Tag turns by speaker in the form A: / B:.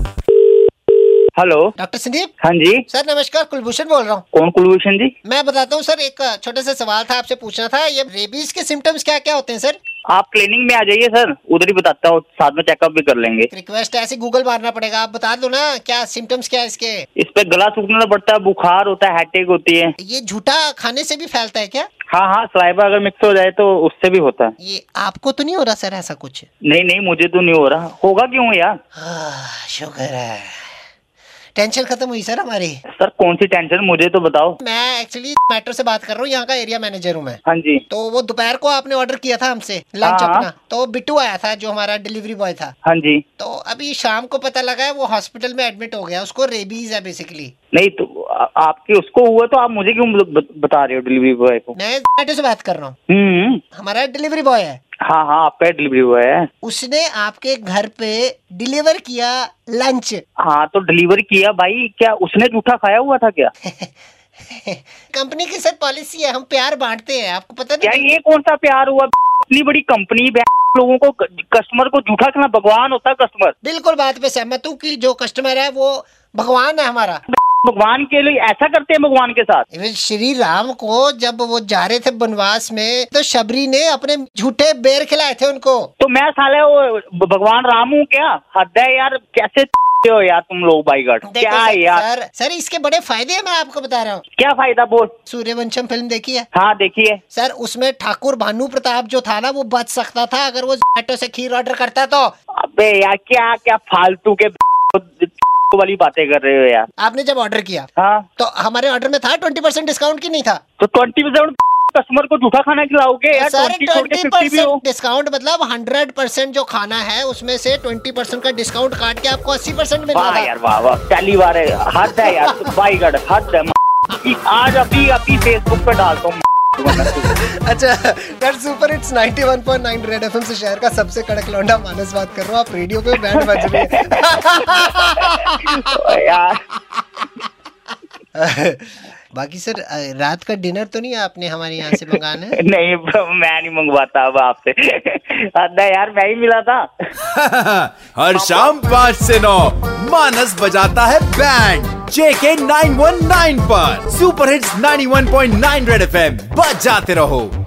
A: Hello
B: doctor Sandeep
A: हाँ जी
B: sir नमस्कार कुलभूषण बोल रहा हूँ
A: कौन कुलभूषण जी
B: मैं बताता हूँ सर एक अ, छोटा सा सवाल था आपसे पूछना था ये रेबीज के सिम्टम्स क्या क्या होते हैं सर
A: आप क्लिनिक में आ जाइए सर उधर ही बताता हूँ साथ में चेकअप भी कर लेंगे
B: रिक्वेस्ट है ऐसे गूगल मारना पड़ेगा आप बता दो ना क्या सिम्टम्स क्या है इसके
A: इस पे गला सूखना बढ़ता है बुखार होता है हेडेक होती है
B: ये झूठा खाने से भी फैलता है क्या
A: हाँ हाँ सलाइबा अगर मिक्स हो जाए तो उससे भी होता है
B: ये आपको तो नहीं हो रहा सर ऐसा कुछ
A: नहीं नहीं मुझे तो नहीं हो रहा होगा क्यों यार
B: हाँ, शुक्र है टेंशन खत्म हुई सर हमारी
A: सर कौन सी टेंशन मुझे तो बताओ
B: मैं एक्चुअली मेट्रो से बात कर रहा हूँ यहाँ का एरिया मैनेजर हूँ मैं
A: हाँ जी
B: तो वो दोपहर को आपने ऑर्डर किया था हमसे लंच
A: हाँ।
B: अपना तो बिट्टू आया था जो हमारा डिलीवरी बॉय था
A: हाँ जी
B: तो अभी शाम को पता लगा है वो हॉस्पिटल में एडमिट हो गया उसको रेबीज है बेसिकली
A: नहीं तो आ, आपके उसको हुआ तो आप मुझे क्यों ब- ब- बता रहे हो डिलीवरी बॉय को
B: मैं ऑटो से बात कर रहा हूँ
A: हम्म
B: हमारा डिलीवरी बॉय है
A: हाँ हाँ आपका डिलीवरी बॉय है
B: उसने आपके घर पे डिलीवर किया लंच
A: हाँ तो डिलीवर किया भाई क्या उसने जूठा खाया हुआ था क्या
B: कंपनी की सर पॉलिसी है हम प्यार बांटते हैं आपको पता
A: क्या
B: नहीं
A: ये कौन सा प्यार हुआ इतनी बड़ी कंपनी लोगों को कस्टमर को झूठा खाना भगवान होता है कस्टमर
B: बिल्कुल बात पे सहमत हूँ कि जो कस्टमर है वो भगवान है हमारा
A: भगवान के लिए ऐसा करते हैं भगवान के साथ
B: Even श्री राम को जब वो जा रहे थे वनवास में तो शबरी ने अपने झूठे बेर खिलाए थे उनको
A: तो मैं साले वो भगवान राम हूँ क्या हद है यार कैसे हो यार तुम लोग बाईगढ़
B: देखो
A: क्या
B: सर,
A: यार
B: सर सर इसके बड़े फायदे हैं मैं आपको बता रहा हूँ
A: क्या फायदा बोल
B: सूर्यवंशम फिल्म देखी है
A: हाँ देखिए
B: सर उसमें ठाकुर भानु प्रताप जो था ना वो बच सकता था अगर वो जोमेटो से खीर ऑर्डर करता तो
A: अबे यार क्या क्या फालतू के वाली बातें कर रहे हो यार
B: आपने जब ऑर्डर किया
A: हाँ
B: तो हमारे ऑर्डर में था ट्वेंटी परसेंट डिस्काउंट की नहीं था
A: तो ट्वेंटी परसेंट कस्टमर को झूठा खाना खिलाओगे यार
B: सर
A: 20 छोड़ के
B: ट्वेंटी
A: 50 भी हो
B: परसेंट डिस्काउंट मतलब हंड्रेड परसेंट जो खाना है उसमें से ट्वेंटी परसेंट का डिस्काउंट काट के आपको अस्सी परसेंट मिल
A: वाह
B: रहा
A: यार
B: था
A: वाह वाह पहली बार है हद है यार बाईगढ़ हद है कि आज अभी अभी फेसबुक पे डालता हूँ
B: अच्छा that super it's 91.9 Red FM से शहर का सबसे कड़क लौंडा मानस बात कर रहा हूँ आप रेडियो पे बैंड बज रही है
A: यार
B: बाकी सर अ, रात का डिनर तो नहीं आपने हमारे यहाँ से मंगाना है
A: नहीं मैं नहीं मंगवाता अब आपसे हद है यार मैं ही मिला था
C: हर शाम पाँच से नौ मानस बजाता है बैंड जेके 919 पर सुपर हिट्स 91.9 रेड एफएम बजाते रहो